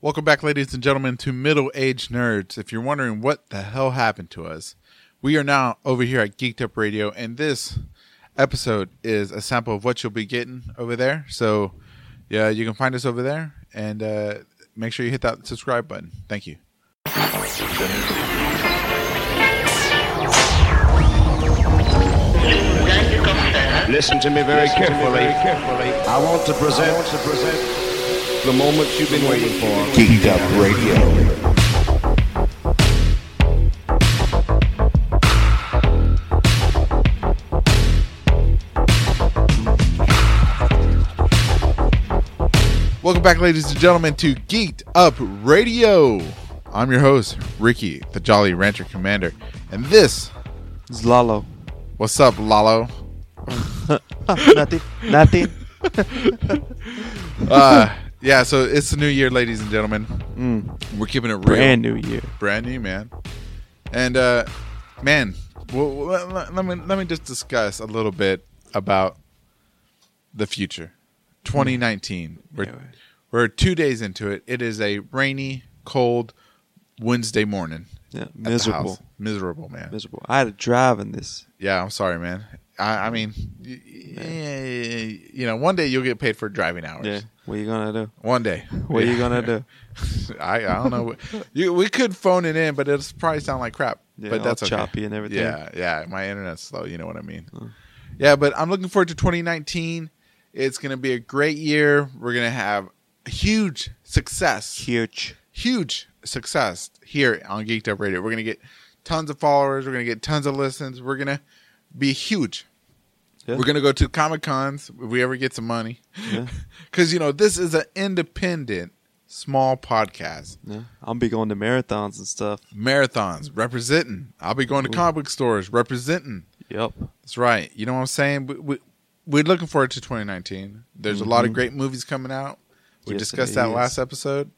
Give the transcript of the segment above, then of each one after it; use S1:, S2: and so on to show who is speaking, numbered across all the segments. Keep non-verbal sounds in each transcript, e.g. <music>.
S1: Welcome back, ladies and gentlemen, to Middle Age Nerds. If you're wondering what the hell happened to us, we are now over here at Geeked Up Radio, and this episode is a sample of what you'll be getting over there. So, yeah, you can find us over there, and uh, make sure you hit that subscribe button. Thank you.
S2: Listen to me very carefully. I want to present, the moment you've been waiting for.
S3: Geeked Up Radio.
S1: Welcome back, ladies and gentlemen, to Geeked Up Radio. I'm your host, Ricky, the Jolly Rancher Commander, and this,
S4: It's Lalo.
S1: what's up, Lalo?
S4: nothing. Nothing.
S1: uh, yeah, so it's the new year, ladies and gentlemen. We're keeping it real.
S4: Mm. Brand new year.
S1: brand new, man. And uh, man, well, well, let, let me let me just discuss a little bit about the future, 2019. We're
S4: Mm. Yeah, right.
S1: we're two days into it. It is a rainy, cold Wednesday morning.
S4: Yeah,
S1: at the
S4: miserable.
S1: house. miserable, man.
S4: Miserable. I had to drive in this.
S1: Yeah, I'm sorry, man. I, I mean, y- y- you know, one day you'll get paid for driving hours.
S4: What you gonna do?
S1: One day.
S4: What you gonna do?
S1: <laughs> I, I don't know. you, we could phone it in, but it'll probably sound like crap.
S4: Yeah,
S1: but
S4: all
S1: that's okay.
S4: choppy and everything.
S1: Yeah, yeah. My internet's slow. You know what I mean. Yeah, but I'm looking forward to 2019. It's gonna be a great year. We're gonna have huge success.
S4: Huge.
S1: Huge success here on Geeked Up Radio. We're gonna get tons of followers. We're gonna get tons of listens. We're gonna be huge.
S4: Yeah.
S1: We're gonna go to comic cons if we ever get some money, <laughs>
S4: Yeah.
S1: because you know this is an independent, small podcast.
S4: Yeah. I'm be going to marathons and stuff.
S1: marathons representing i'll be going to comic book stores representing
S4: Yep.
S1: that's right you know what i'm saying we, we, we're looking forward to 2019 there's a lot of great movies coming out we
S4: Mm-hmm. Yes,
S1: discussed
S4: it
S1: that
S4: is.
S1: last episode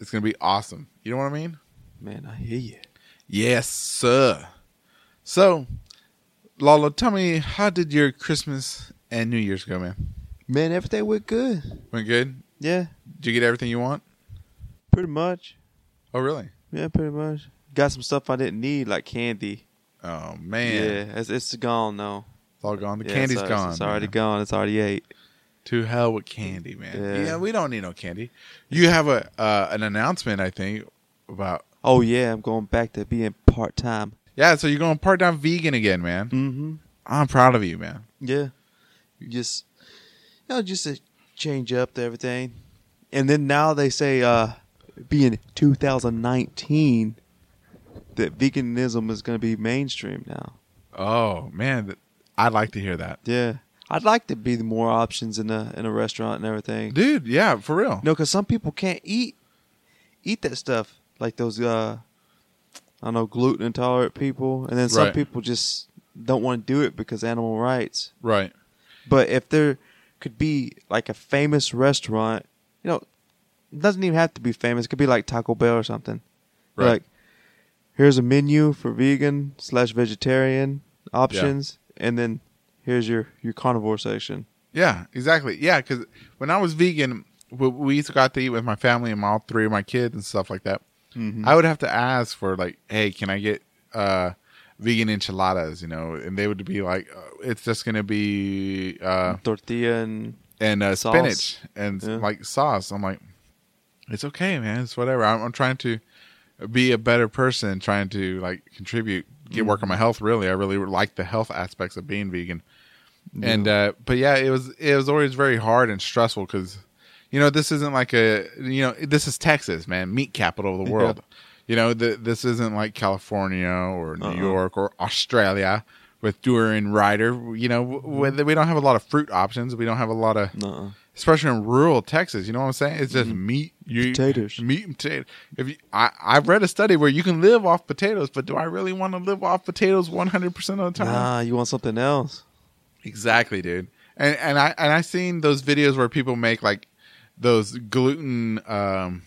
S1: it's gonna be awesome you know what i mean
S4: Man, I hear you.
S1: yes sir so lalo tell me how did your christmas and new year's go man
S4: Man, everything went good.
S1: went good
S4: Yeah.
S1: did you get everything you want
S4: Pretty much.
S1: oh really
S4: Yeah, pretty much. Got some stuff I didn't need, like candy.
S1: oh man
S4: Yeah, it's, it's gone now.
S1: it's all gone the
S4: Yeah,
S1: candy's
S4: it's,
S1: gone
S4: It's already
S1: man.
S4: gone. It's already ate.
S1: To hell with candy, man. Yeah,
S4: Yeah.
S1: we don't need no candy. You have a uh, an announcement, I think, about
S4: Oh yeah, I'm going back to being part time.
S1: yeah. So you're going part down vegan again, man.
S4: Mm-hmm.
S1: I'm proud of you, man.
S4: Yeah. You Just you know, just to change up to everything. And then now they say uh being two thousand nineteen that veganism is gonna be mainstream now.
S1: Oh man, th- I'd like to hear that,
S4: Yeah. I'd like to be the more options in a in a restaurant and everything.
S1: dude. Yeah, for real.
S4: No, because some people can't eat eat that stuff like those uh I don't know gluten intolerant people, and then some
S1: Right.
S4: people just don't want to do it because animal rights.
S1: Right.
S4: But if there could be like a famous restaurant, you know, it doesn't even have to be famous. It could be like Taco Bell or something.
S1: Right.
S4: Like, here's a menu for vegan slash vegetarian options, and then here's your your carnivore section.
S1: Yeah, exactly. Yeah, because when I was vegan, we, we used to go out to eat with my family and my, all three of my kids and stuff like that.
S4: Mm-hmm.
S1: I would have to ask for like, hey, can I get uh, vegan enchiladas? You know, and they would be like, uh, it's just gonna be. Uh,
S4: Tortilla and
S1: and uh,
S4: Sauce.
S1: spinach and
S4: Yeah.
S1: like sauce. I'm like, it's okay, man. It's whatever. I'm, I'm trying to be a better person, trying to like contribute, get work on my health. Really, I really like the health aspects of being vegan. And uh, but yeah, it was it was always very hard and stressful because you know this isn't like a you know this is Texas, man, meat capital of the world. You know th- this isn't like California or New
S4: Uh-uh.
S1: York or Australia with Dura and Ryder. You know w- w- we don't have a lot of fruit options. We don't have a lot of
S4: uh
S1: especially in rural Texas. You know what I'm saying? It's just meat, you,
S4: Mm-hmm. Potatoes.
S1: <laughs> meat and potato. If you, I, I've read a study where you can live off potatoes, but do I really want to live off potatoes 100 percent of the time?
S4: nah, you want something else?
S1: Exactly, dude. And and I and I seen those videos where people make like those gluten, um,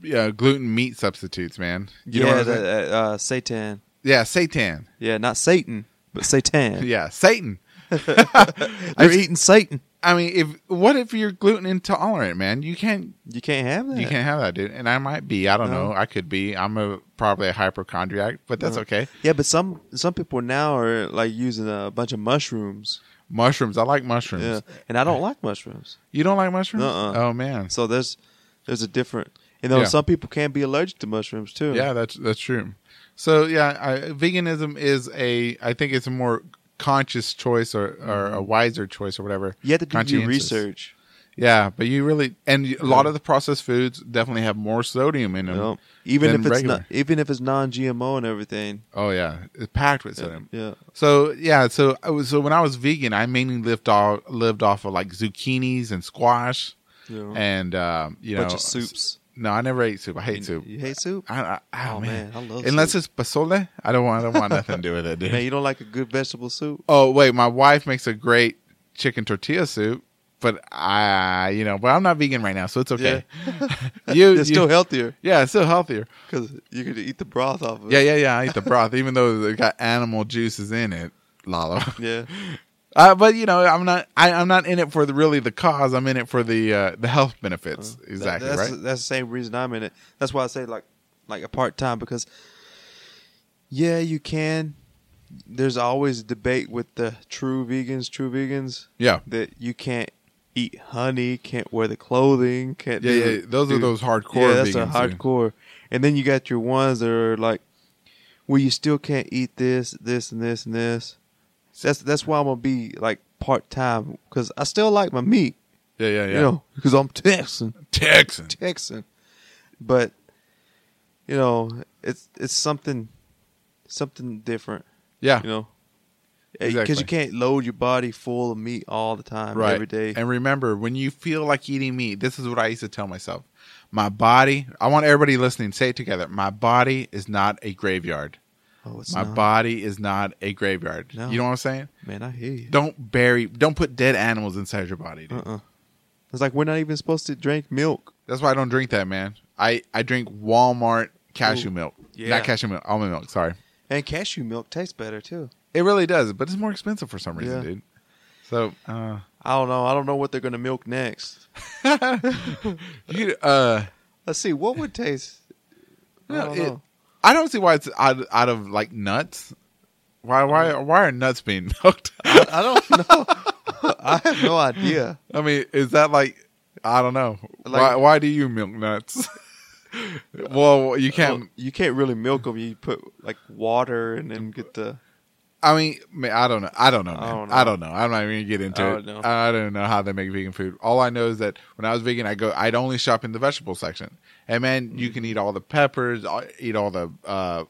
S1: yeah, gluten meat substitutes, man. You know
S4: yeah,
S1: what I'm
S4: the,
S1: saying?
S4: uh, uh, Satan.
S1: yeah, Satan.
S4: Yeah, not Satan, but Satan.
S1: <laughs> Yeah, Satan.
S4: They're eating Satan.
S1: I mean, if what if you're gluten intolerant, man? You can't
S4: You can't have that.
S1: you can't have that, dude. And I might be. I don't
S4: No.
S1: know. I could be. I'm a probably a hypochondriac, but that's
S4: No.
S1: okay.
S4: Yeah, but some some people now are like using a bunch of mushrooms.
S1: Mushrooms. I like mushrooms.
S4: Yeah, and I don't like mushrooms.
S1: You don't like mushrooms?
S4: Uh-uh.
S1: Oh man.
S4: So there's there's a different. You know,
S1: Yeah.
S4: some people can be allergic to mushrooms too.
S1: Yeah, that's that's true. So yeah, I, veganism is a. I think it's a more conscious choice or, or a wiser choice or whatever.
S4: Mm-hmm. you have to do your
S1: Conscientious.
S4: research.
S1: Yeah, but you really and a lot of the processed foods definitely have more sodium in them.
S4: You know? Even
S1: Than
S4: if it's
S1: regular.
S4: not, even if it's non-GMO and everything.
S1: Oh yeah, it's packed with sodium.
S4: Yeah.
S1: So yeah, so I was, so when I was vegan, I mainly lived off lived off of like zucchinis and squash
S4: You know,
S1: and um, you know
S4: Uh-huh. bunch of soups.
S1: No, I never ate soup. I hate soup.
S4: You hate soup?
S1: I, I, oh,
S4: Oh,
S1: man.
S4: man, I love
S1: unless it's pasole. I don't want I don't want nothing to do with it,
S4: <laughs>
S1: dude.
S4: Man, you don't like a good vegetable soup?
S1: oh wait, my wife makes a great chicken tortilla soup, but I, you know, but I'm not vegan right now, so it's okay.
S4: <laughs>
S1: <laughs> you, you
S4: It's still healthier
S1: yeah, it's still
S4: <laughs>
S1: healthier.
S4: because you could eat the broth off of
S1: Yeah,
S4: it.
S1: yeah, yeah. I eat the broth, even though it got animal juices in it, Lalo.
S4: Yeah.
S1: Uh, but you know, I'm not. I, I'm not in it for the really the cause. I'm in it for the uh, the health benefits. exactly
S4: Uh, That- that's,
S1: right.
S4: That's the same reason I'm in it. That's why I say like like a part time because yeah, you can. There's always debate with the true vegans, true vegans
S1: yeah,
S4: that you can't eat honey, can't wear the clothing, can't.
S1: yeah,
S4: do,
S1: yeah. Those are
S4: do-
S1: those hardcore.
S4: Yeah, that's
S1: vegans,
S4: a hardcore. And then you got your ones that are like, well, you still can't eat this, this, and this, and this. That's that's why I'm gonna be like part time because I still like my meat,
S1: dude. Yeah, yeah, yeah.
S4: you know, because I'm Texan.
S1: Texan.
S4: Texan. But you know, it's it's something something different,
S1: Yeah,
S4: you know. Because
S1: Exactly.
S4: you can't load your body full of meat all the time,
S1: right.
S4: every day.
S1: And remember, when you feel like eating meat, this is what I used to tell myself. My body. I want everybody listening. Say it together. My body is not a graveyard.
S4: oh, it's
S1: My
S4: not.
S1: body is not a graveyard.
S4: No.
S1: You know what I'm saying?
S4: Man, I hear you.
S1: Don't bury. Don't put dead animals inside your body. Dude.
S4: Uh-uh. It's like we're not even supposed to drink milk.
S1: That's why I don't drink that, man. I I drink Walmart cashew milk,
S4: yeah.
S1: not cashew milk, almond milk. Sorry,
S4: And cashew milk tastes better too.
S1: it really does, but it's more expensive for some reason,
S4: Yeah.
S1: dude. So uh,
S4: I don't know. I don't know what they're gonna milk next.
S1: you uh,
S4: Let's see what would taste. I
S1: no,
S4: don't
S1: it-
S4: know.
S1: I don't see why it's out, out of like nuts. Why why why are nuts being <laughs> milked?
S4: I, I don't <laughs> know. I have no idea.
S1: I mean, is that like I don't know? why
S4: Like-
S1: why do you milk nuts? <laughs> well, you can't.
S4: Well, you can't really milk them. You put like water and then get the.
S1: I mean, man, I don't know. I don't know. Man. I don't know. I am not even gonna get into
S4: I
S1: it.
S4: don't know.
S1: I don't know how they make vegan food. All I know is that when I was vegan, I go. I'd only shop in the vegetable section, and man,
S4: Mm.
S1: you can eat all the peppers, all- eat all the, uh,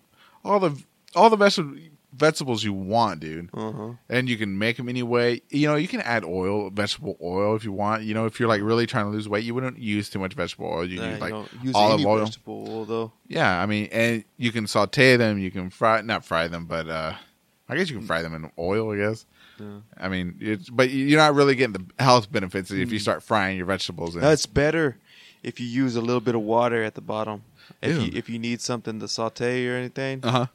S1: all the, all the vegetable vegetables you want, dude.
S4: Uh-huh.
S1: And you can make them any way. You know, you can add oil, vegetable oil, if you want. You know, if you're like really trying to lose weight, you wouldn't use too much vegetable oil. You
S4: Nah,
S1: can
S4: you
S1: use like
S4: don't use
S1: olive
S4: any
S1: oil.
S4: vegetable oil though.
S1: Yeah, I mean, and you can saute them. You can fry, not fry them, but uh, I guess you can fry them in oil. I guess.
S4: Yeah.
S1: I mean, it's, but you're not really getting the health benefits if you
S4: Mm.
S1: start frying your vegetables. In.
S4: No, it's better if you use a little bit of water at the bottom. If
S1: Ew.
S4: you, if you need something to saute or anything,
S1: uh huh.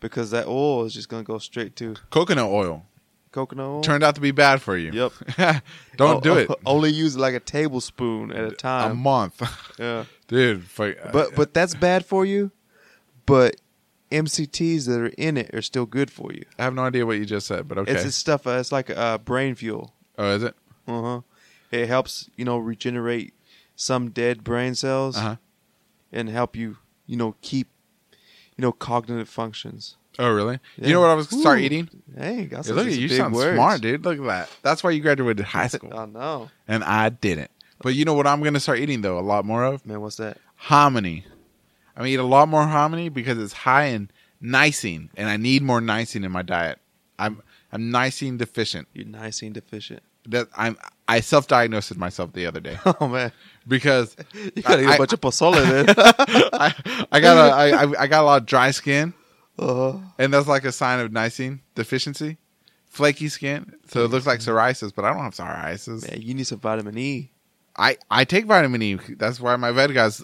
S4: because that oil is just gonna go straight to
S1: Coconut oil
S4: coconut oil.
S1: turned out to be bad for you.
S4: Yep.
S1: <laughs> Don't
S4: O-
S1: do
S4: <laughs>
S1: it.
S4: o- Only use like a tablespoon at a
S1: A
S4: time.
S1: month, <laughs>
S4: yeah.
S1: dude. For,
S4: But but that's bad for you. But MCTs that are in it are still good for you.
S1: I have no idea what you just said. But okay.
S4: It's, it's stuff. Uh, it's like uh, brain fuel.
S1: oh, is it?
S4: Uh huh. It helps you know regenerate some dead brain cells
S1: Uh huh.
S4: and help you you know keep you know cognitive functions.
S1: Oh, really? You
S4: Yeah.
S1: know what I was gonna start
S4: Ooh.
S1: eating?
S4: Hey, got
S1: Hey,
S4: some,
S1: look at
S4: some
S1: you,
S4: big
S1: sound
S4: words.
S1: smart, dude. Look at that. That's why you graduated
S4: <laughs>
S1: high
S4: I
S1: school,
S4: know,
S1: and I didn't. But you know what I'm gonna start eating though? A lot more of
S4: man. What's that?
S1: hominy. I eat a lot more hominy because it's high in nicene, and I need more nicene in my diet. I'm I'm nicene deficient.
S4: You're
S1: <laughs>
S4: nicene deficient.
S1: That I'm I self-diagnosed myself the
S4: <laughs>
S1: other day
S4: Oh man,
S1: because
S4: you gotta eat
S1: I-
S4: a bunch of
S1: <laughs>
S4: pozole <laughs> then.
S1: I, I got a I, I- I got a lot of dry skin,
S4: uh,
S1: and that's like a sign of nicene deficiency, flaky skin. So it looks like psoriasis, but I don't have psoriasis.
S4: man, you need some vitamin E.
S1: I I take vitamin E. That's why my vet guys.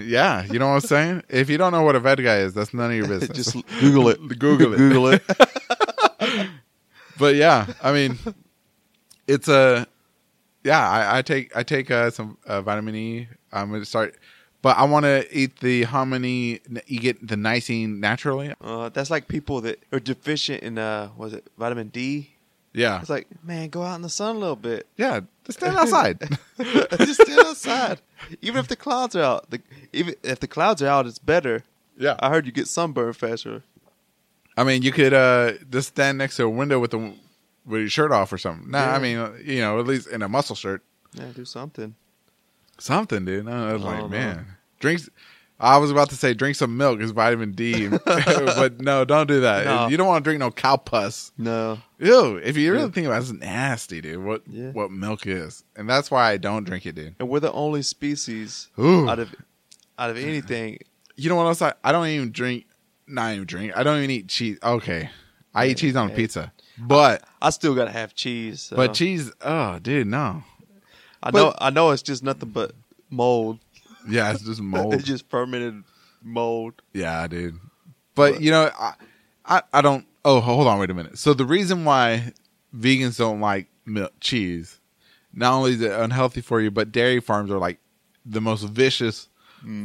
S1: Yeah, you know what I'm saying. If you don't know what a vet guy is, that's none of your business.
S4: <laughs> Just
S1: <laughs>
S4: Google it.
S1: Google it. <laughs>
S4: Google it.
S1: But yeah, I mean, it's a yeah. I, I take I take uh, some uh, vitamin E. I'm gonna start, but I want to eat the hominy. You get the niacin naturally.
S4: Uh, that's like people that are deficient in uh, was it vitamin D?
S1: Yeah,
S4: It's like, man, go out in the sun a little bit.
S1: yeah. Just stand outside.
S4: <laughs>
S1: <laughs>
S4: Just stand outside. Even if the clouds are out, the, even if the clouds are out, it's better.
S1: yeah,
S4: I heard you get sunburn faster.
S1: I mean, you could uh, just stand next to a window with the with your shirt off or something. No,
S4: Yeah.
S1: I mean, you know, at least in a muscle shirt,
S4: Yeah, do something.
S1: something, dude. No, I was
S4: I
S1: like,
S4: don't know.
S1: man, drinks. I was about to say drink some milk is vitamin
S4: <laughs>
S1: D, but no, don't do that.
S4: No.
S1: You don't want to drink no cow pus.
S4: No,
S1: Ew, if you really
S4: Yeah.
S1: think about it, it's nasty, dude. What
S4: Yeah.
S1: what milk is. And that's why I don't drink it, dude.
S4: and we're the only species
S1: Ooh.
S4: out of out of anything.
S1: You know what else I, I don't even drink not even drink. I don't even eat cheese. Okay. I eat cheese on
S4: Hey.
S1: pizza. But
S4: I still gotta have cheese. so-
S1: but cheese oh dude, no.
S4: I
S1: but-
S4: know, I know, it's just nothing but mold. <laughs>
S1: Yeah, it's just mold.
S4: It's just fermented mold.
S1: Yeah, dude. But you know, I, I I don't. Oh, hold on, wait a minute. So the reason why vegans don't like milk cheese, not only is it unhealthy for you, but dairy farms are like the most vicious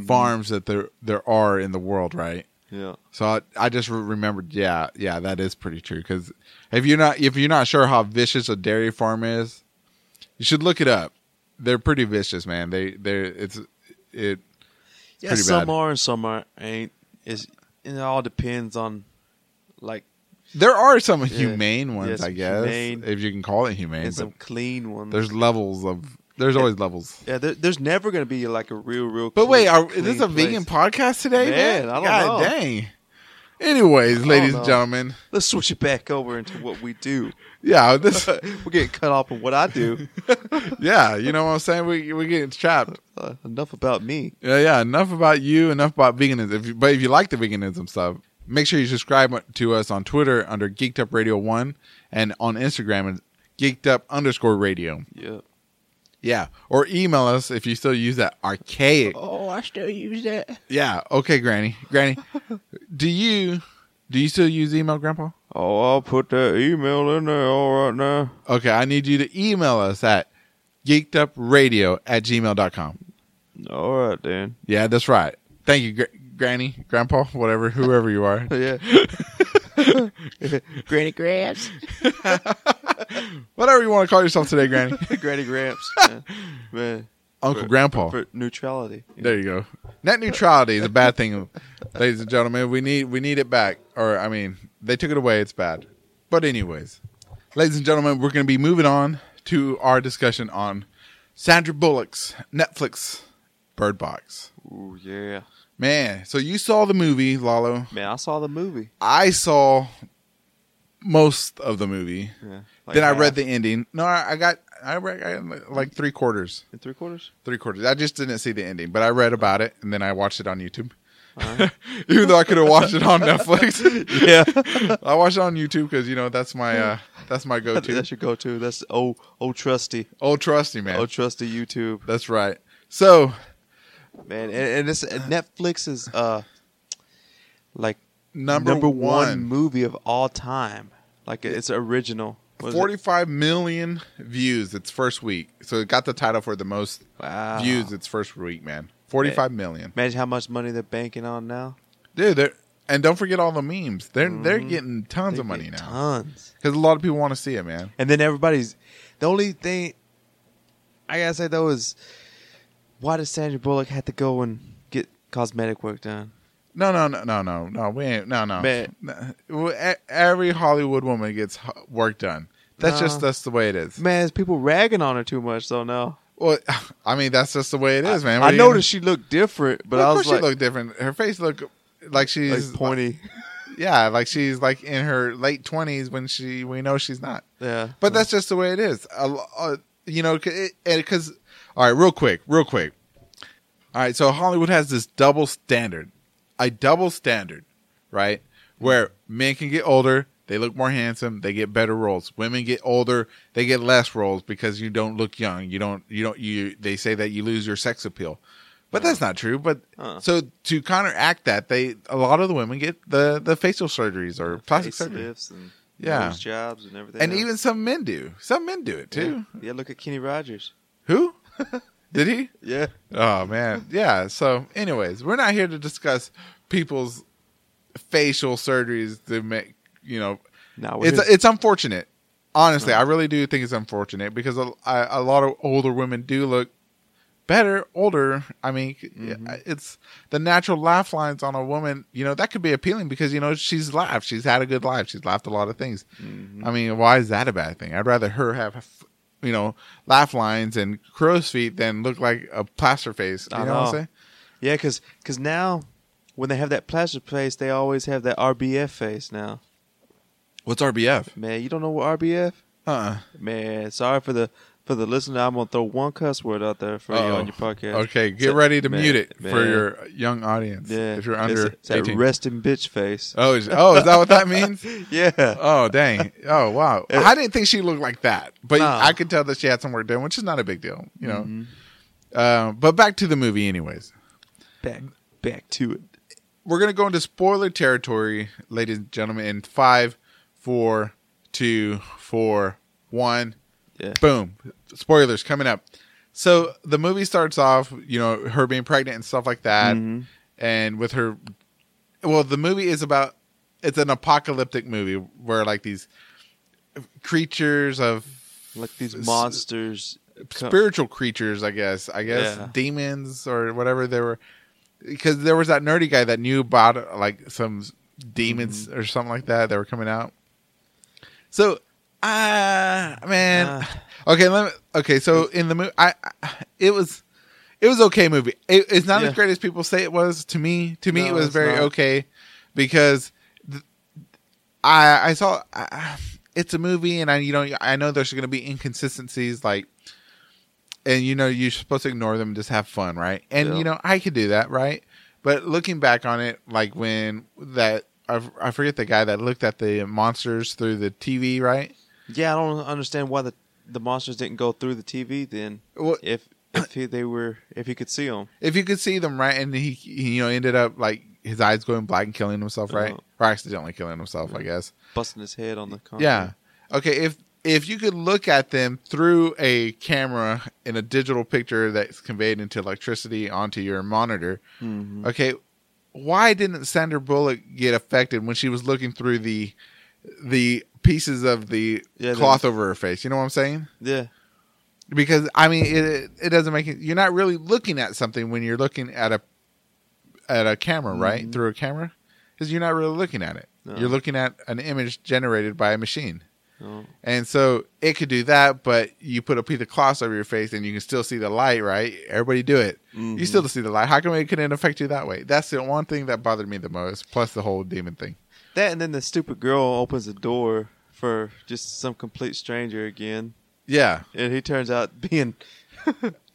S1: farms that there there are in the world, right?
S4: Yeah,
S1: So I, I just re- remembered, yeah, yeah, that is pretty true. Because if you're not if you're not sure how vicious a dairy farm is, you should look it up. They're pretty vicious, man. They they it's it
S4: yeah.
S1: pretty
S4: some
S1: bad.
S4: are and some are ain't. It's, it all depends on, like,
S1: There are some humane ones,
S4: Yes,
S1: I guess,
S4: humane.
S1: if you can call it humane.
S4: and
S1: But
S4: some clean ones.
S1: there's levels of. There's always levels.
S4: yeah, there, there's never gonna be like a real, real.
S1: But
S4: clean-
S1: wait, are,
S4: clean
S1: is this a
S4: place.
S1: vegan podcast today, man?
S4: Man, I don't
S1: God
S4: know.
S1: dang. Anyways, ladies and
S4: know.
S1: gentlemen,
S4: Let's switch it back over into what we do. Uh,
S1: yeah,
S4: <laughs>
S1: this,
S4: We're getting cut off from what I <laughs> do.
S1: yeah, you know what I'm saying. We we getting trapped.
S4: Uh, enough about me.
S1: Yeah, yeah. Enough about you. Enough about veganism. If you, but if you like the veganism stuff, make sure you subscribe to us on Twitter under Geeked Up Radio One and on Instagram and Geeked Up underscore Radio.
S4: Yeah.
S1: Yeah, or email us if you still use that archaic
S4: Oh, I still use that.
S1: Yeah. Okay, Granny. Granny, do you do you still use email, Grandpa?
S4: Oh, I'll put that email in there all right now.
S1: Okay, I need you to email us at geekedupradio at gmail.com.
S4: All right then.
S1: Yeah, that's right. Thank you, Gr- Granny, Grandpa, whatever, whoever you are.
S4: <laughs> <laughs> Yeah. Granny Gramps.
S1: Whatever you want to call yourself today, Granny.
S4: Granny <laughs> Gramps. Yeah. Man.
S1: Uncle Grandpa.
S4: For neutrality.
S1: There you go. Net neutrality is a bad thing, ladies and gentlemen. We need we need it back. Or I mean, they took it away. It's bad. But anyways, ladies and gentlemen, we're going to be moving on to our discussion on Sandra Bullock's Netflix Bird Box.
S4: Ooh, yeah.
S1: Man, so you saw the movie, Lalo.
S4: Man, I saw the movie.
S1: I saw most of the movie.
S4: Yeah.
S1: then I read the ending. No, I, I got I read I, got like three quarters.
S4: in three quarters.
S1: three quarters. I just didn't see the ending, but I read about it and then I watched it on YouTube.
S4: Alright.
S1: <laughs> Even though I could have watched it on Netflix,
S4: <laughs>
S1: <laughs>
S4: <laughs> Yeah.
S1: I watched it on YouTube because you know that's my uh, that's my go-to.
S4: That's your go to. That's oh oh trusty.
S1: Old trusty man.
S4: Oh trusty YouTube.
S1: That's right. So
S4: Man, and, and this and Netflix is uh like
S1: number, one,
S4: movie of all time. Like it's original. What is it?
S1: forty-five million views its first week. So it got the title for the most
S4: Wow.
S1: views its first week, man. Forty-five million,
S4: Imagine how much money they're banking on now.
S1: dude. They're, and don't forget all the memes. They're they're getting tons
S4: Mm-hmm. They
S1: of money
S4: get
S1: now
S4: Tons.
S1: because a lot of people want to see it, man.
S4: And then everybody's the only thing I gotta say though is why does Sandra Bullock have to go and get cosmetic work done?
S1: No, no, no, no, no, no. We ain't. No, no.
S4: Man.
S1: No. Well, e- Every Hollywood woman gets h- work done. That's
S4: No.
S1: just that's the way it is.
S4: Man, is people ragging on her too much though now.
S1: Well, <sighs> I mean, that's just the way it is, man. What
S4: I
S1: do you-
S4: noticed she looked different, but
S1: Well,
S4: I
S1: of
S4: was
S1: course,
S4: like,
S1: she looked different. Her face looked like
S4: like,
S1: she's
S4: pointy.
S1: yeah, like she's like in her late twenties when she we know she's not.
S4: <laughs> yeah.
S1: But that's just the way it is. A lo- Uh, you know, because all right, real quick, real quick. All right, so Hollywood has this double standard, a double standard, right? Where men can get older, they look more handsome, they get better roles. Women get older, they get less roles because you don't look young. You don't. You don't. You. They say that you lose your sex appeal, but that's not true. But
S4: Uh.
S1: so to counteract that, they a lot of the women get the the facial surgeries or plastic surgery.
S4: facelifts and
S1: Yeah.
S4: nose jobs and everything.
S1: And
S4: else.
S1: even some men do. Some men do it too.
S4: Yeah. yeah, look at Kenny Rogers.
S1: Who? <laughs> Did he?
S4: Yeah,
S1: Oh man, yeah. So, anyways, we're not here to discuss people's facial surgeries to make you know.
S4: now
S1: It's it's unfortunate. Honestly, I really do think it's unfortunate because a, I- a lot of older women do look better, older. I mean,
S4: Mm-hmm.
S1: it's the natural lifelines on a woman. You know that could be appealing because you know she's laughed, she's had a good life, she's laughed a lot of things.
S4: Mm-hmm.
S1: I mean, why is that a bad thing? I'd rather her have. You know, laugh lines and crow's feet than look like a plaster face. You
S4: I
S1: know what I'm
S4: know.
S1: saying?
S4: yeah, because now when they have that plastic face, they always have that RBF face. Now,
S1: What's RBF?
S4: man, you don't know what RBF?
S1: Uh-uh.
S4: Man, sorry for the for the listener. I'm gonna throw one cuss word out there for you
S1: Uh-oh.
S4: on your podcast.
S1: Okay, get
S4: So-
S1: ready to
S4: man,
S1: mute it for
S4: man.
S1: your young audience.
S4: Yeah,
S1: If you're
S4: It's-
S1: under
S4: it's that
S1: 18.
S4: resting bitch face.
S1: oh, is, oh, is that what that means?
S4: yeah,
S1: Oh, dang. Oh, wow.
S4: Uh,
S1: I didn't think she looked like that, but
S4: Nah.
S1: I could tell that she had some work done, which is not a big deal, you know. Uh, but back to the movie, anyways.
S4: back back to it.
S1: We're going to go into spoiler territory, ladies and gentlemen, in five, four, two, four, one.
S4: Yeah.
S1: Boom. Spoilers coming up. So the movie starts off, you know, her being pregnant and stuff like that. And with her, well, the movie is about, it's an apocalyptic movie where like these creatures of
S4: Like these monsters. come-
S1: spiritual creatures, I guess, I guess
S4: Yeah.
S1: demons or whatever they were. Because there was that nerdy guy that knew about like some demons
S4: Mm-hmm.
S1: or something like that that were coming out. So, ah, man.
S4: Ah.
S1: Okay, let me. Okay, so in the movie, I, I it was, it was okay movie. It, it's not
S4: Yeah.
S1: as great as people say it was. To me, to me,
S4: No,
S1: it was
S4: it's
S1: very
S4: not.
S1: okay because th- I I saw I, it's a movie, and I you know I know there's going to be inconsistencies like. And you know you're supposed to ignore them and just have fun, right? And
S4: Yeah.
S1: you know I could do that, right? But looking back on it, like when that I, I forget the guy that looked at the monsters through the TV, right?
S4: Yeah, I don't understand why the the monsters didn't go through the TV then.
S1: Well,
S4: If if he, they were if he could see them.
S1: if you could see them right and he, he you know ended up like his eyes going black and killing himself right
S4: Uh-huh. Mm-hmm.
S1: or accidentally killing himself i guess
S4: busting his head on the concrete.
S1: yeah okay if if you could look at them through a camera in a digital picture that's conveyed into electricity onto your monitor
S4: Mm-hmm.
S1: okay why didn't sandra bullock get affected when she was looking through the the pieces of the
S4: Yeah, the-
S1: cloth over her face you know what i'm saying
S4: yeah,
S1: because I mean it it doesn't make it you're not really looking at something when you're looking at a at a camera right through a camera because you're not really looking at it
S4: Mm-hmm. No.
S1: you're looking at an image generated by a machine
S4: No.
S1: and so it could do that but you put a piece of cloth over your face and you can still see the light right everybody do it
S4: Mm-hmm.
S1: you still see the light how come it couldn't affect you that way that's the one thing that bothered me the most plus the whole demon thing
S4: that and then the stupid girl opens the door for just some complete stranger again,
S1: yeah
S4: and he turns out <laughs> being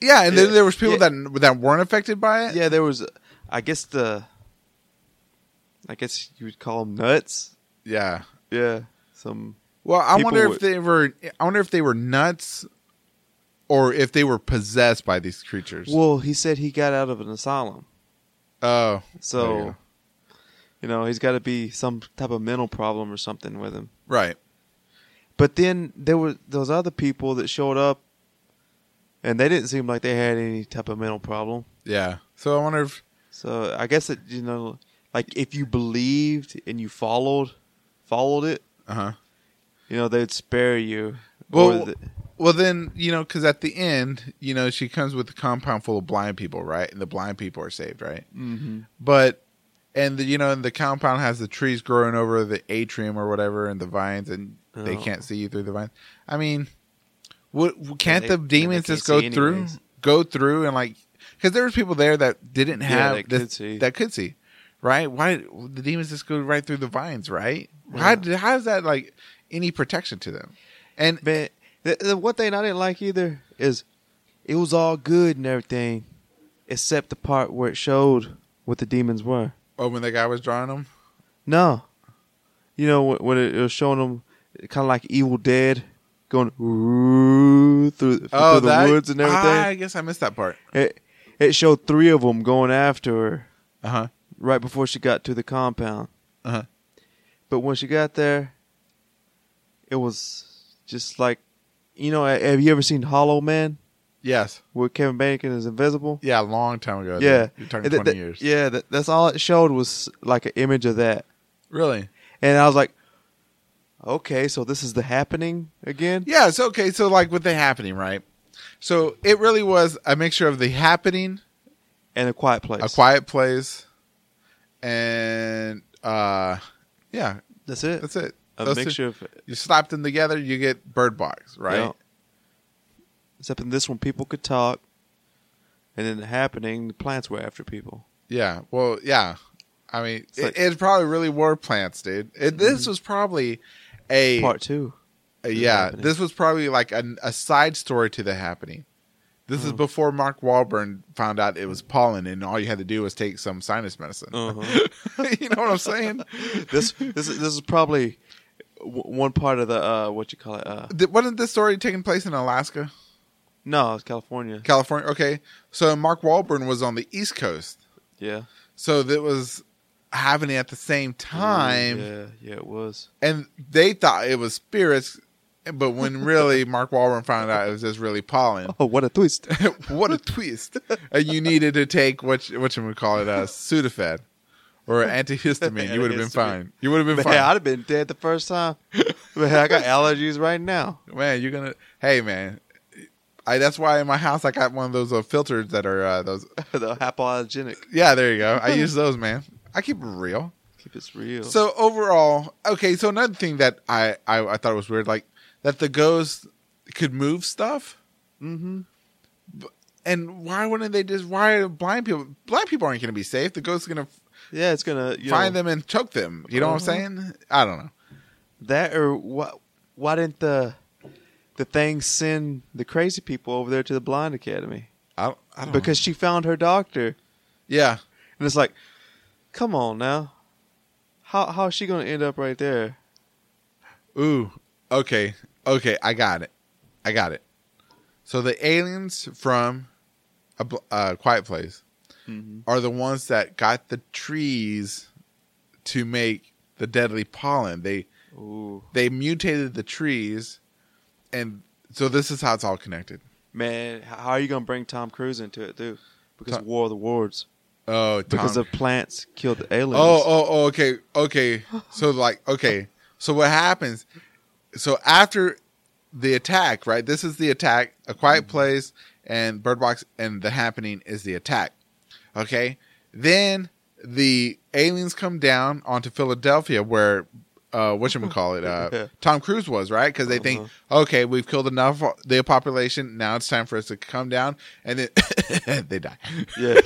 S1: yeah and then
S4: Yeah.
S1: there was people
S4: Yeah.
S1: that that weren't affected by it
S4: yeah. There was, I guess the, I guess you would call them nuts.
S1: yeah
S4: Yeah, some
S1: Well, I
S4: people
S1: wonder if
S4: would-
S1: they were. I wonder if they were nuts, or if they were possessed by these creatures.
S4: Well, he said he got out of an asylum.
S1: oh,
S4: So,
S1: There you
S4: you,
S1: go.
S4: know, he's got to be some type of mental problem or something with him.
S1: right.
S4: But then there were those other people that showed up, and they didn't seem like they had any type of mental problem.
S1: Yeah. So I wonder if.
S4: So I guess it, you know, like if you believed and you followed, followed it,
S1: Uh huh.
S4: you know, they'd spare you.
S1: Well,
S4: Or the-
S1: well, then you know, because at the end, you know, she comes with a compound full of blind people, right? And the blind people are saved, right? Mm-hmm. But and the, you know, and the compound has the trees growing over the atrium or whatever, and the vines, and they
S4: Oh.
S1: can't see you through the vines. I mean, what can't
S4: they-
S1: the
S4: and they
S1: demons
S4: can't
S1: just go
S4: see
S1: through,
S4: anyways.
S1: go through, and like, because there was people there that didn't have
S4: that
S1: this-
S4: could see.
S1: that could see, right? Why the demons just go right through the vines, right? How did, how is that like any protection to them? And
S4: man, the, the one thing I didn't like either is it was all good and everything, except the part where it showed what the demons were.
S1: Oh, when the guy was drawing them?
S4: No. You know, when- when it it was showing them kind of like Evil Dead going "Ooh," through, through the
S1: Oh, that-
S4: woods and everything.
S1: I guess I missed that part.
S4: It, it showed three of them going after her
S1: Uh
S4: Uh-huh.
S1: huh.
S4: right before she got to the compound.
S1: Uh huh.
S4: But when she got there, it was just like, you know, ha- have you ever seen Hollow Man
S1: Yes.
S4: where Kevin Bacon is invisible?
S1: Yeah, a long time ago. dude.
S4: Yeah,
S1: You're talking
S4: And that-
S1: 20
S4: that-
S1: years.
S4: Yeah, that, that's all it showed was like an image of that,
S1: Really?
S4: and I was like, okay, so this is the happening again.
S1: Yeah, it's okay. So, like with the happening, right? So, it really was a mixture of the happening,
S4: And a quiet place.
S1: a quiet place, and uh, yeah,
S4: That's it.
S1: that's it.
S4: a
S1: Those two-
S4: mixture of
S1: You slap them together, you get Bird Box, right?
S4: Yeah. Except in this one, people could talk, and in the happening, the plants were after people.
S1: Yeah. Well, yeah. I mean, it,
S4: like- Mm-hmm.
S1: it probably really were plants, dude. It, this was probably a,
S4: Part two.
S1: a- yeah.
S4: happening.
S1: This was probably like an, a side story to the happening. This
S4: Oh.
S1: is before Mark Wahlberg found out it was pollen, and all you had to do was take some sinus medicine.
S4: Uh-huh.
S1: <laughs> you know what I'm saying?
S4: this this is, this is probably w- one part of the uh, what you call it. Uh,
S1: Th- Wasn't this story taking place in Alaska,
S4: no, it's California.
S1: California? Okay, so Mark Wahlberg was on the East Coast,
S4: Yeah.
S1: so that was happening at the same time.
S4: Oh, Yeah, yeah, it was.
S1: and they thought it was spirits, but when
S4: <laughs>
S1: really Mark Wahlberg found out it was just really pollen.
S4: Oh, what a <laughs> twist!
S1: <laughs> what a twist! And you needed to take what what you would call it, uh, Sudafed or
S4: <laughs>
S1: antihistamine. You would have been
S4: Antihistamine.
S1: fine. You would have been
S4: Man, I'd
S1: fine.
S4: have been dead the first time. Man, I got allergies right now. <laughs>
S1: Man, you're gonna. Hey, man. I, that's why in my house I got one of those uh, filters that are uh, those.
S4: the hypoallergenic.
S1: Yeah, there you go. I use those, man. I keep it real.
S4: Keep it real.
S1: So overall, okay. So another thing that I I, I thought was weird, like that the ghosts could move stuff.
S4: mm-hmm.
S1: And why wouldn't they just? Why are blind people? Blind people aren't going to be safe. The ghosts are going to
S4: yeah, it's gonna you
S1: find
S4: know,
S1: them and choke them. You know what I'm
S4: Uh-huh.
S1: saying? I don't know.
S4: that or what? Why didn't the the thing send the crazy people over there to the blind academy?
S1: I don't, I don't
S4: Because she found her doctor,
S1: know. yeah,
S4: and it's like, come on now, how how is she gonna end up right there?
S1: ooh, okay, okay, I got it, I got it. So the aliens from a Bl- uh, Quiet Place
S4: Mm-hmm.
S1: are the ones that got the trees to make the deadly pollen. They
S4: Ooh,
S1: they mutated the trees, and so this is how it's all connected.
S4: man, h- how are you gonna bring Tom Cruise into it, dude? Because
S1: Tom-
S4: War of the Wards,
S1: Oh, Tom.
S4: because the plants killed the aliens.
S1: Oh, oh, oh, okay, okay. So like, okay. So what happens? So after the attack, right? This is the attack. A
S4: Mm-hmm.
S1: Quiet Place and Bird Box and The Happening is the attack. Okay. Then the aliens come down onto Philadelphia, where uh, what should we call it?
S4: <laughs> Yeah. Uh-huh.
S1: Uh, Tom Cruise was right because they think, okay, we've killed enough the population. Now it's time for us to come down, and then <laughs> they die.
S4: <laughs> yeah,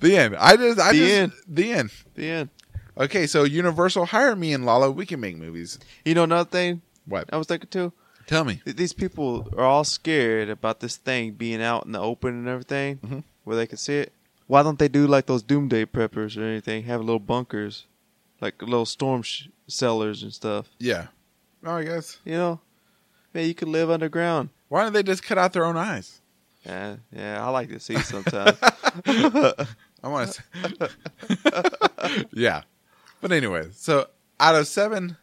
S1: The end. I just, I
S4: The
S1: just,
S4: end.
S1: the end.
S4: the end.
S1: Okay, so Universal hire me and Lala. We can make movies.
S4: You know another thing
S1: What?
S4: I was thinking too.
S1: Oh. Tell me.
S4: Th- these people are all scared about this thing being out in the open and everything where they can see it. Why don't they do like those doomsday preppers or anything? Have little bunkers, like little storm sh- cellars and stuff.
S1: Yeah. Oh, I guess.
S4: You know, man, you could live underground.
S1: Why don't they just cut out their own eyes?
S4: Yeah, yeah, I like to see <laughs> sometimes.
S1: I want to. <laughs> yeah. But anyway, so out of seven,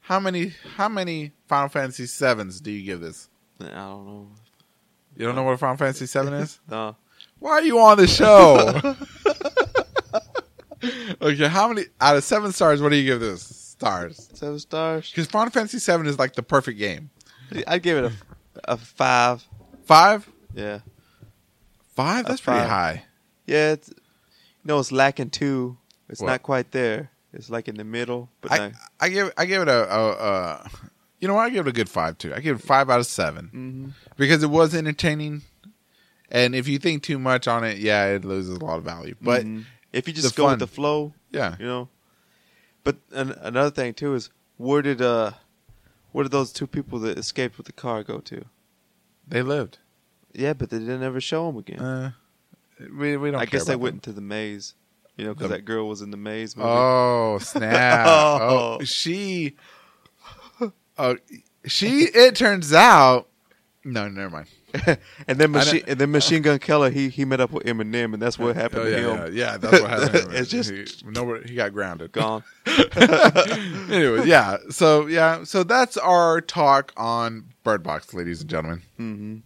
S1: how many how many Final Fantasy sevens do you give this?
S4: I don't know.
S1: You don't know what a Final Fantasy seven <laughs> is?
S4: No,
S1: Why are you on the show? <laughs> okay, how many out of seven stars? What do you give this? Stars.
S4: seven stars.
S1: Because Final Fantasy seven is like the perfect game.
S4: I'd give it a a five.
S1: Five.
S4: Yeah,
S1: Five? That's
S4: A
S1: pretty
S4: five.
S1: high.
S4: yeah. It's, no, it's lacking two. It's
S1: What?
S4: not quite there. It's like in the middle, but
S1: I,
S4: no.
S1: I give I give it a, a, a you know what I give it a good five too. I give it five out of 7 because it was entertaining, and if you think too much on it, yeah, it loses a lot of value. But
S4: Mhm. if you
S1: the
S4: just go
S1: fun.
S4: with the flow,
S1: yeah,
S4: you know. But an, another thing too is where did uh, where did those two people that escaped with the car go to?
S1: they lived.
S4: Yeah, but they didn't ever show them again.
S1: Uh, we we don't.
S4: I
S1: care
S4: guess they
S1: about
S4: went into the maze, you know, because
S1: The-
S4: that girl was in the maze.
S1: them.
S4: Movie.
S1: Oh snap!
S4: <laughs>
S1: oh.
S4: Oh.
S1: she. Oh, she. It turns out. No, never mind.
S4: and then machine, and then Machine Gun Kelly, he he met up with Eminem, and that's what happened
S1: Oh,
S4: to
S1: yeah,
S4: him.
S1: yeah, yeah, that's what happened.
S4: <laughs> It's just-
S1: he, nobody. He got grounded.
S4: Gone.
S1: anyway, yeah. So yeah, so that's our talk on Bird Box, ladies and gentlemen. Mm-hmm.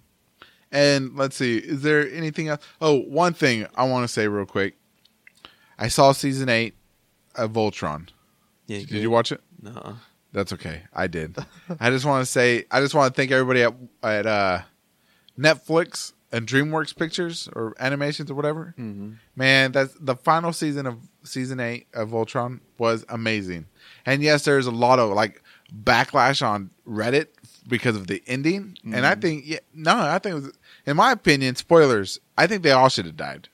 S1: And let's see, is there anything else? Oh, one thing I want to say real quick. I saw season eight of Voltron. <laughs>
S4: Yeah,
S1: Did you watch it?
S4: No.
S1: That's okay. I did. I just want to say, I just want to thank everybody at at uh, Netflix and DreamWorks Pictures or animations or whatever. Man, that's the final season of season eight of Voltron was amazing. And yes, there's a lot of like backlash on Reddit because of the ending. And I think, yeah, no, I think, it was, in my opinion, spoilers. I think they all should have died.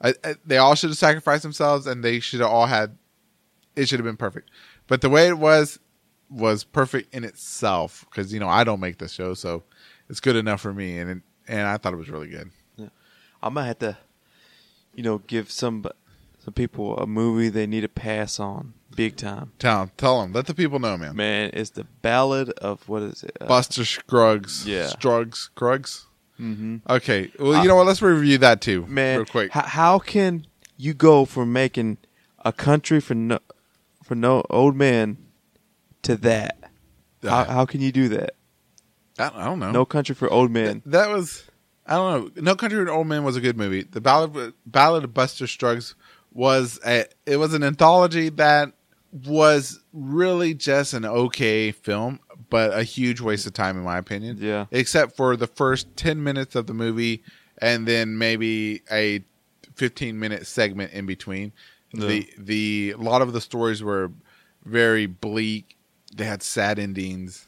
S1: I, I, they all should have sacrificed themselves, and they should have all had. It should have been perfect, but the way it was was perfect in itself because you know I don't make the show, so it's good enough for me, and and I thought it was really good.
S4: I might have to, you know, give some some people a movie they need to pass on big time.
S1: Tell tell them, let the people know, man.
S4: Man, it's the ballad of what is it? Uh,
S1: Buster Scruggs,
S4: Yeah.
S1: Scruggs, Scruggs. Mm-hmm. Okay, well, you know what? Let's review that too,
S4: man,
S1: real quick.
S4: How, how can you go from making a country for no for no old man to that? How,
S1: Uh,
S4: how can you do that?
S1: I, I don't know.
S4: No country for old men.
S1: Um,
S4: <laughs>
S1: that was I don't know. No Country for an Old Man was a good movie. The Ballad Ballad of Buster Scruggs was a it was an anthology that was really just an okay film, but a huge waste of time in my opinion.
S4: Yeah.
S1: Except for the first ten minutes of the movie and then maybe a fifteen minute segment in between. The the a lot of the stories were very bleak. They had sad endings.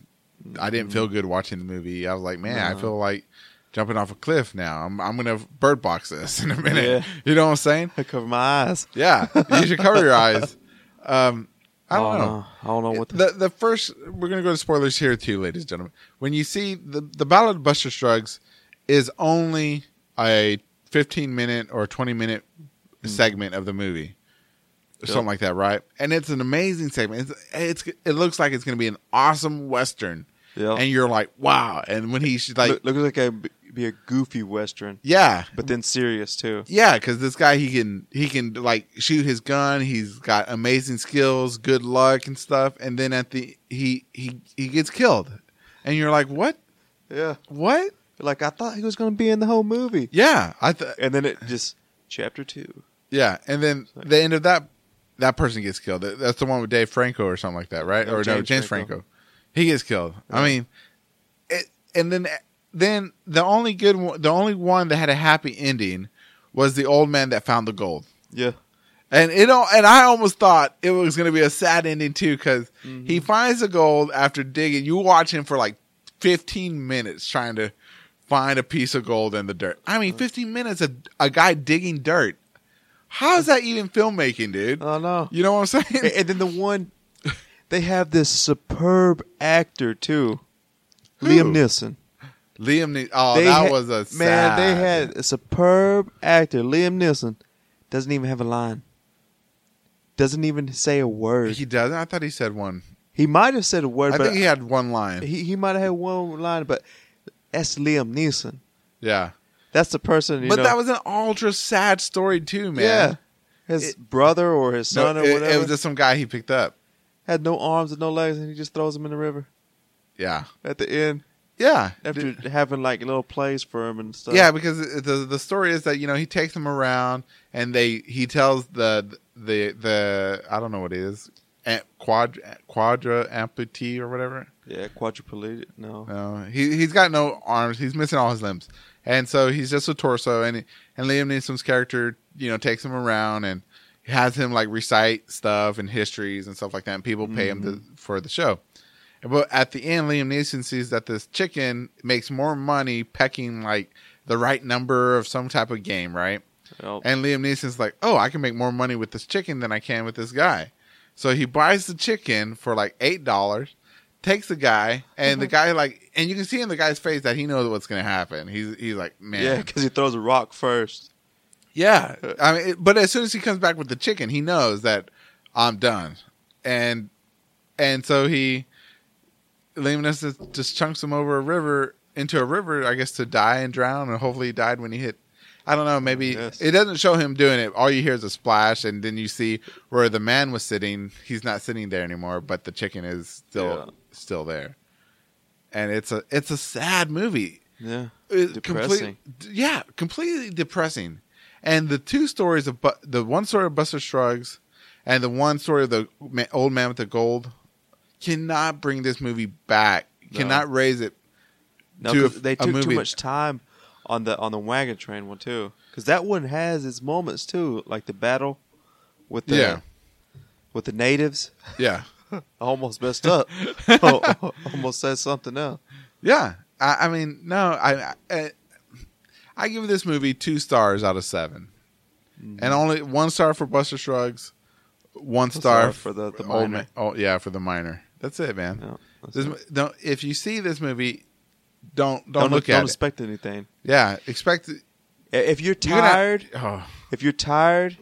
S1: I didn't
S4: Mm-hmm.
S1: feel good watching the movie. I was like, man, I feel like jumping off a cliff now. I'm I'm gonna bird box this <laughs> in a minute.
S4: Yeah.
S1: You know what I'm saying?
S4: I cover my eyes.
S1: Yeah, you should cover your
S4: <laughs>
S1: eyes. Um, I don't
S4: Oh,
S1: know.
S4: no. I don't know what the,
S1: The the first we're gonna go to spoilers here too, ladies and gentlemen. When you see the the Ballad of Buster Scruggs is only a 15 minute or 20 minute
S4: Hmm.
S1: segment of the movie, something like that, right? And it's an amazing segment. It's, it's it looks like it's gonna be an awesome western,
S4: Yeah.
S1: and you're like, wow. And when he's like,
S4: look, looks like I'd be a goofy western,
S1: yeah,
S4: but then serious too.
S1: Yeah, because this guy he can he can like shoot his gun. He's got amazing skills, good luck and stuff. And then at the he he he gets killed, and you're like, what?
S4: Yeah.
S1: What?
S4: Like I thought he was going to be in the whole movie,
S1: Yeah, I th-
S4: and then it just chapter two.
S1: yeah. And then the end of that that person gets killed. That- That's the one with Dave Franco or something like that, right?
S4: No,
S1: or no,
S4: James
S1: James
S4: Franco.
S1: Franco. He gets killed. I mean, it, and then then the only good one, the only one that had a happy ending was the old man that found the gold.
S4: Yeah.
S1: And it al- and I almost thought it was going to be a sad ending too because
S4: Mm-hmm.
S1: he finds the gold after digging. You watch him for like fifteen minutes trying to find a piece of gold in the dirt. I
S4: Uh-huh.
S1: mean, fifteen minutes of a guy digging dirt. How is that even filmmaking, dude?
S4: Oh no.
S1: You know what I'm
S4: and,
S1: saying?
S4: and then the one they have this superb actor too, Liam Neeson.
S1: <laughs> Liam, ne- oh,
S4: They
S1: that
S4: ha-
S1: was a
S4: man.
S1: sad.
S4: They had a superb actor, Liam Neeson, doesn't even have a line. Doesn't even say a word.
S1: He
S4: He,
S1: doesn't. I thought he said one.
S4: might have said a word,
S1: I
S4: but
S1: think he had one line.
S4: he he might have had one line. But that's Liam Neeson.
S1: yeah,
S4: That's the person. You
S1: but
S4: know,
S1: that was an ultra sad story too, man.
S4: yeah. His brother or his
S1: No,
S4: son or
S1: it-
S4: whatever
S1: it was just some guy he picked up.
S4: had no arms and no legs, and he just throws him in the river
S1: Yeah,
S4: at the end
S1: yeah.
S4: after having like little plays for him and stuff.
S1: Yeah, because it- the the story is that you know he takes them around and they he tells the the the I don't know what it is ant, quad quadra amputee or whatever.
S4: yeah, quadriplegic. No,
S1: No, he he's got no arms. He's missing all his limbs, and so he's just a torso. and And Liam Neeson's character, you know, takes him around and has him like recite stuff and histories and stuff like that. And people pay him to, for the show. But at the end, Liam Neeson sees that this chicken makes more money pecking like the right number of some type of game, right?
S4: Well,
S1: And Liam Neeson's like, oh, I can make more money with this chicken than I can with this guy. So he buys the chicken for like eight dollars, takes the guy, and the
S4: Mm-hmm.
S1: guy like, and you can see in the guy's face that he knows what's gonna happen. He's he's like,
S4: yeah,
S1: man,
S4: because he throws a rock first.
S1: yeah. I mean, it- but as soon as he comes back with the chicken, he knows that I'm done, and and so he Liam Neeson just chunks him over a river into a river, I guess, to die and drown, and hopefully he died when he hit. I don't know. Maybe
S4: Yes.
S1: it doesn't show him doing it. All you hear is a splash, and then you see where the man was sitting. He's not sitting there anymore, but the chicken is still
S4: Yeah.
S1: still there. And it's a it's a sad movie.
S4: Yeah.
S1: It's
S4: Depressing.
S1: Complete, yeah, completely depressing. And the two stories of Bu- the one story of Buster Shrugs and the one story of the ma- old man with the gold cannot bring this movie back.
S4: No.
S1: Cannot raise it.
S4: No,
S1: to a-
S4: 'cause they
S1: a
S4: took too
S1: movie.
S4: much time on the on the wagon train one too, because that one has its moments too, like the battle with the
S1: Yeah.
S4: with the natives.
S1: Yeah,
S4: I almost
S1: <laughs>
S4: messed up. <laughs> almost said something else.
S1: yeah. I, I mean, no. I, I I give this movie two stars out of 7
S4: Mm-hmm.
S1: and only one star for Buster Shrugs, one star,
S4: star for the- the
S1: old
S4: miner.
S1: man- oh yeah, for the minor. That's it, man.
S4: No, that's
S1: This,
S4: not-
S1: mo- don't, if you see this movie, don't don't, look
S4: don't
S1: at it.
S4: expect anything.
S1: Yeah, expect
S4: I- If you're
S1: you're gonna-
S4: tired,
S1: oh,
S4: if you're tired,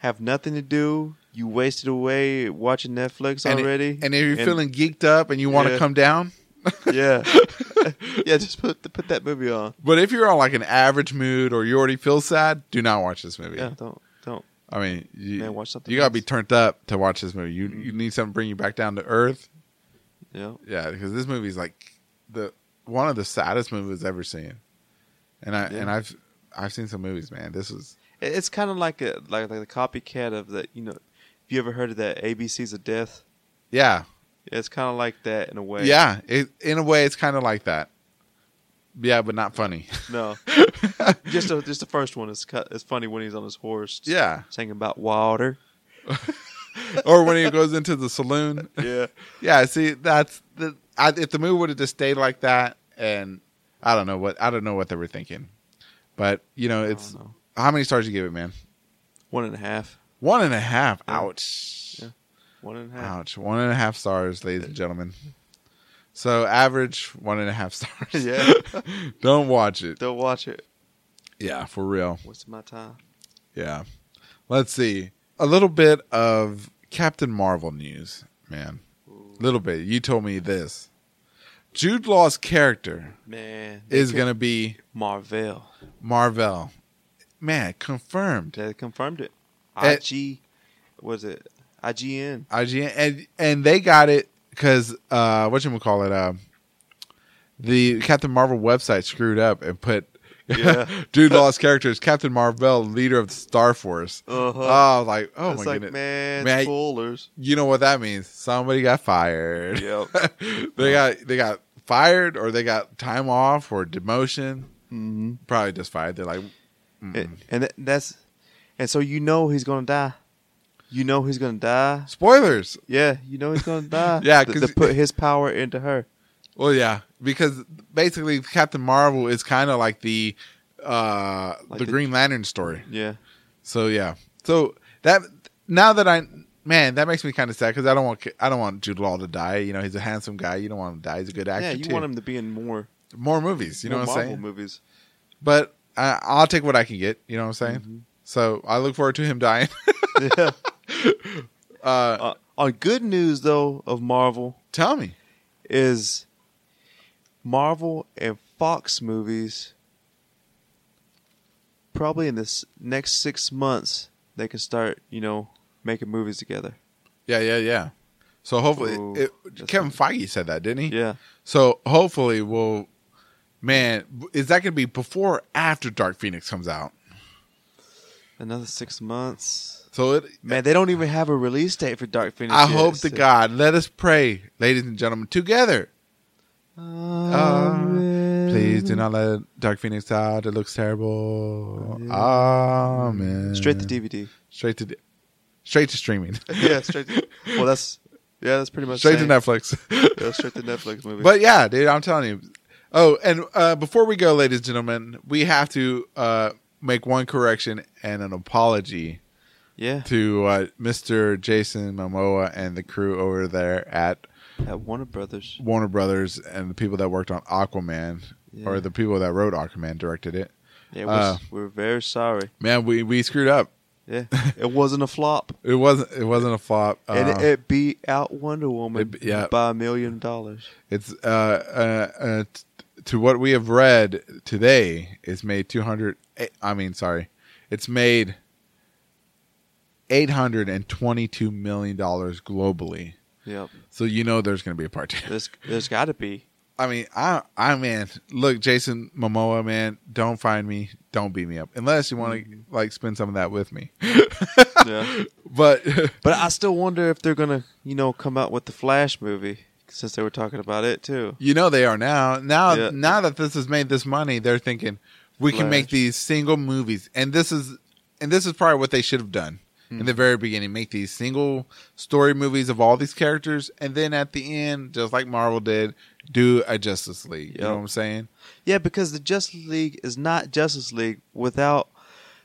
S4: have nothing to do, you wasted away watching Netflix
S1: and it-
S4: already,
S1: and if you're feeling geeked up and you want to
S4: Yeah.
S1: come down,
S4: <laughs> yeah, <laughs> yeah, just put put that movie on.
S1: but if you're on like an average mood or you already feel sad, do not watch this movie.
S4: Yeah, don't don't.
S1: I mean, you,
S4: Man, watch something
S1: you gotta be
S4: else. Mm-hmm.
S1: turned up to watch this movie. You you need something to bring you back down to earth.
S4: Yeah,
S1: Yeah, because this movie's like the one of the saddest movies I've ever seen, and I
S4: Yeah.
S1: and I've I've seen some movies, man. This was
S4: It- It's kind of like a like like the copycat of the you know. Have you ever heard of that ABCs of Death?
S1: yeah
S4: It's kind of like that in a way.
S1: yeah. It, in a way, it's kind of like that. Yeah, but not funny. <laughs>
S4: No. just the, just the first one is cut. It's funny when he's on his horse.
S1: Yeah.
S4: Singing about water.
S1: or when he goes into the saloon.
S4: <laughs> Yeah.
S1: Yeah, see, that's the I, if the movie would have just stayed like that, and I don't know what I don't know what they were thinking, but you know, it's
S4: know.
S1: how many stars you give it, man?
S4: One and a half.
S1: One and a half. Ouch.
S4: Yeah. One and a half.
S1: Ouch. One and a half stars, ladies and gentlemen. So average one and a half <laughs> stars.
S4: Yeah.
S1: don't watch it.
S4: Don't watch it.
S1: Yeah, for real.
S4: Wasting my time.
S1: Yeah. Let's see. A little bit of Captain Marvel news, man. little bit. You told me this. Jude Law's character
S4: Man.
S1: is going to be
S4: Marvel.
S1: Marvel. Man, confirmed.
S4: They confirmed it.
S1: Eh.
S4: IG. Was it
S1: <laughs>
S4: IGN?
S1: IGN and and they got it because uh, what you call it? Uh, the Captain Marvel website screwed up and put
S4: Yeah.
S1: <laughs> Jude Law's character is Captain Marvel, leader of the Star Force.
S4: Uh-huh.
S1: Oh, I was like, oh
S4: it's
S1: my
S4: like,
S1: goodness,
S4: man,
S1: Man,
S4: it's spoilers.
S1: you know what that means? Somebody got fired. <laughs>
S4: Yep.
S1: they got they got fired or they got time off or demotion.
S4: Mm-hmm.
S1: Probably just fired. They're like, Mm-hmm.
S4: and, and that- that's and so you know he's gonna die. You know he's gonna die.
S1: spoilers.
S4: Yeah, you know he's gonna die.
S1: <laughs> Yeah,
S4: Th-
S1: 'cause-
S4: to put his power into her.
S1: Well, yeah, because basically Captain Marvel is kind of like the uh
S4: Like
S1: the
S4: the-
S1: Green Lantern story.
S4: Yeah,
S1: So yeah. So that now that I man, that makes me kind of sad because I don't want I don't want Jude Law to die. You know, he's a handsome guy. You don't want him to die. He's a good actor.
S4: yeah. You
S1: too.
S4: want him to be in more,
S1: more movies. You know
S4: more
S1: what I'm
S4: Marvel
S1: saying? <laughs>
S4: movies. <laughs> Mm-hmm.
S1: But I, I'll take what I can get. You know what I'm saying? So I look forward to him dying. <laughs>
S4: yeah.
S1: Uh,
S4: Uh, on good news though of Marvel
S1: tell me.
S4: is Marvel and Fox movies. Probably in this next six months, they can start, you know, making movies
S1: <laughs>
S4: together.
S1: Yeah, yeah, yeah. So hopefully,
S4: Ooh,
S1: it,
S4: that's
S1: Kevin Feige said that, didn't he?
S4: Yeah,
S1: So hopefully we'll man, is that gonna be before or after Dark Phoenix comes out?
S4: another six months.
S1: So it
S4: Man, they don't even have a release date for Dark Phoenix.
S1: I
S4: yet.
S1: hope to
S4: So-
S1: God, let us pray, ladies and gentlemen, together.
S4: Uh, Amen.
S1: Please do not let Dark Phoenix out. It looks terrible. Amen.
S4: Straight
S1: <laughs>
S4: to DVD.
S1: Straight to D- straight to streaming.
S4: yeah, straight. To, <laughs> well, that's yeah, that's pretty much
S1: straight to
S4: saying-
S1: Netflix.
S4: Yeah, straight
S1: <laughs>
S4: to Netflix movie.
S1: But yeah, dude, I'm telling you. Oh, and uh, before we go, ladies and gentlemen, we have to uh, make one correction and an apology
S4: yeah,
S1: to uh, Mr. Jason Momoa and the crew over there at
S4: at Warner Brothers.
S1: Warner Brothers and the people that worked on Aquaman
S4: Yeah.
S1: or the people that wrote Aquaman directed it.
S4: Yeah, we're,
S1: Uh,
S4: we're very sorry.
S1: Man, we, we screwed up. <laughs>
S4: Yeah, it wasn't a flop,
S1: It wasn't it wasn't a flop. Uh,
S4: and it, it beat out Wonder Woman
S1: it- yeah.
S4: by a million dollars.
S1: it's uh, uh, uh, t- to what we have read today, it's made 200. eh, I mean, sorry, it's made 822 million dollars globally.
S4: Yep.
S1: So you know there's going to be a part two. <laughs>
S4: There's there's got to be.
S1: I mean, I I man, look, Jason Momoa, man, don't find me, don't beat me up, unless you want to like spend some of that with me. <laughs>
S4: Yeah.
S1: But <laughs>
S4: But I still wonder if they're gonna you know come out with the Flash movie since they were talking about it too.
S1: you know they are now. Now,
S4: Yeah.
S1: now that this has made this money, they're thinking we can make
S4: Flash.
S1: these single movies, and this is and this is probably what they should have done in
S4: Hmm.
S1: the very beginning: make these single story movies of all these characters, and then at the end, just like Marvel did, do a Justice League. You know
S4: Yep.
S1: what I'm saying?
S4: Yeah, because the Justice League is not Justice League without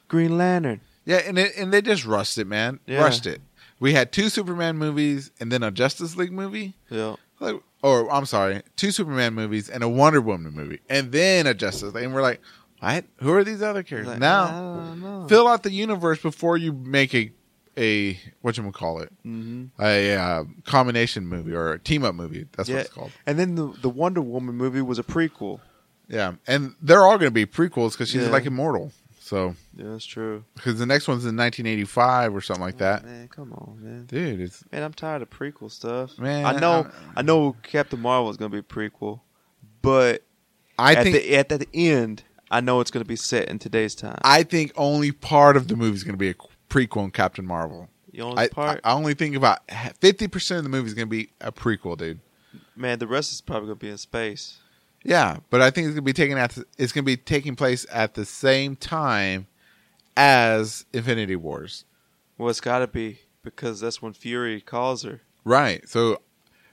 S4: Green Lantern.
S1: Yeah, and it, and they just rushed it, man.
S4: Yeah.
S1: Rushed it. We had two Superman movies and then a Justice League movie.
S4: Yeah.
S1: Like, or I'm sorry, two Superman movies and a Wonder Woman movie, and then a Justice League. And we're like, what? Who are these other characters?
S4: Like,
S1: now,
S4: I don't know.
S1: fill out the universe before you make a a what you call it
S4: hmm
S1: a uh, combination movie or a team up movie. That's what it's called.
S4: And then the the Wonder Woman movie was a prequel.
S1: Yeah, and they're all going to be prequels because she's
S4: Yeah.
S1: like immortal. So
S4: Yeah, that's true.
S1: because the next one's in 1985 or something like that.
S4: Oh, Man, come on, man.
S1: Dude, it's
S4: Man, I'm tired of prequel stuff.
S1: Man,
S4: I know,
S1: I'm-
S4: i know, Captain Marvel is gonna be a prequel, but
S1: I
S4: at
S1: think
S4: the at the end, I know it's gonna be set in today's time.
S1: I think only part of the movie is going to be a prequel on Captain Marvel.
S4: the only
S1: I,
S4: part,
S1: I only think about fifty percent of the movie is going to be a prequel, dude.
S4: man, the rest is probably gonna be in space.
S1: Yeah, but I think it's going to be taking at it's going to be taking place at the same time as Infinity Wars.
S4: Well, it's gotta be because that's when Fury calls her.
S1: Right. So,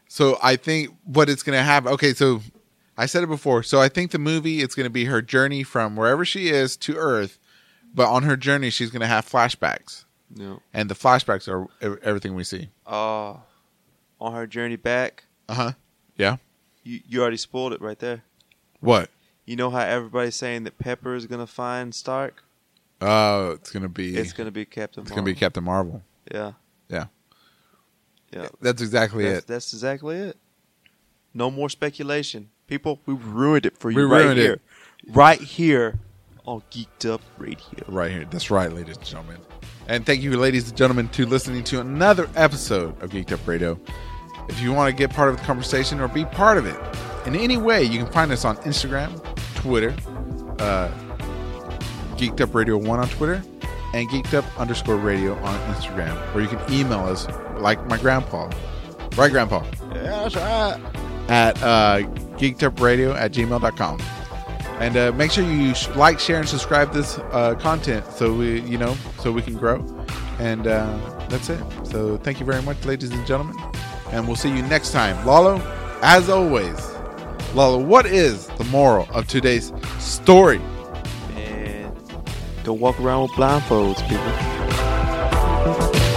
S1: so I think what it's going to have. Okay, so I said it before. So I think the movie it's going to be her journey from wherever she is to Earth, but on her journey she's going to have flashbacks,
S4: No,
S1: and the flashbacks are ev- everything we see.
S4: oh, on her journey back,
S1: Uh huh. Yeah.
S4: you you already spoiled it right there.
S1: What?
S4: You know how everybody's saying that Pepper is gonna find Stark.
S1: Oh, it's gonna be
S4: It's gonna be Captain.
S1: it's
S4: Marvel.
S1: gonna be Captain Marvel.
S4: Yeah.
S1: Yeah.
S4: Yeah.
S1: That's exactly
S4: That's,
S1: it.
S4: that's exactly it. No more speculation. People, we ruined it for you
S1: We
S4: right
S1: ruined it.
S4: here. Right here on Geeked Up Radio.
S1: Right here. That's right, ladies and gentlemen. And thank you, ladies and gentlemen, to listening to another episode of Geeked Up Radio. If you want to get part of the conversation or be part of it in any way, you can find us on Instagram, Twitter, uh, Geeked Up Radio 1 on Twitter, and Geeked Up underscore radio on Instagram. Or you can email us, like my grandpa. Right, grandpa? Yeah, that's right. At uh, geekedupradio at gmail.com. and uh, make sure you sh- like share and subscribe this uh, content so we you know so we can grow and uh, that's it so thank you very much ladies and gentlemen and we'll see you next time lalo as always lalo what is the moral of today's story
S4: And don't walk around with blindfolds, people.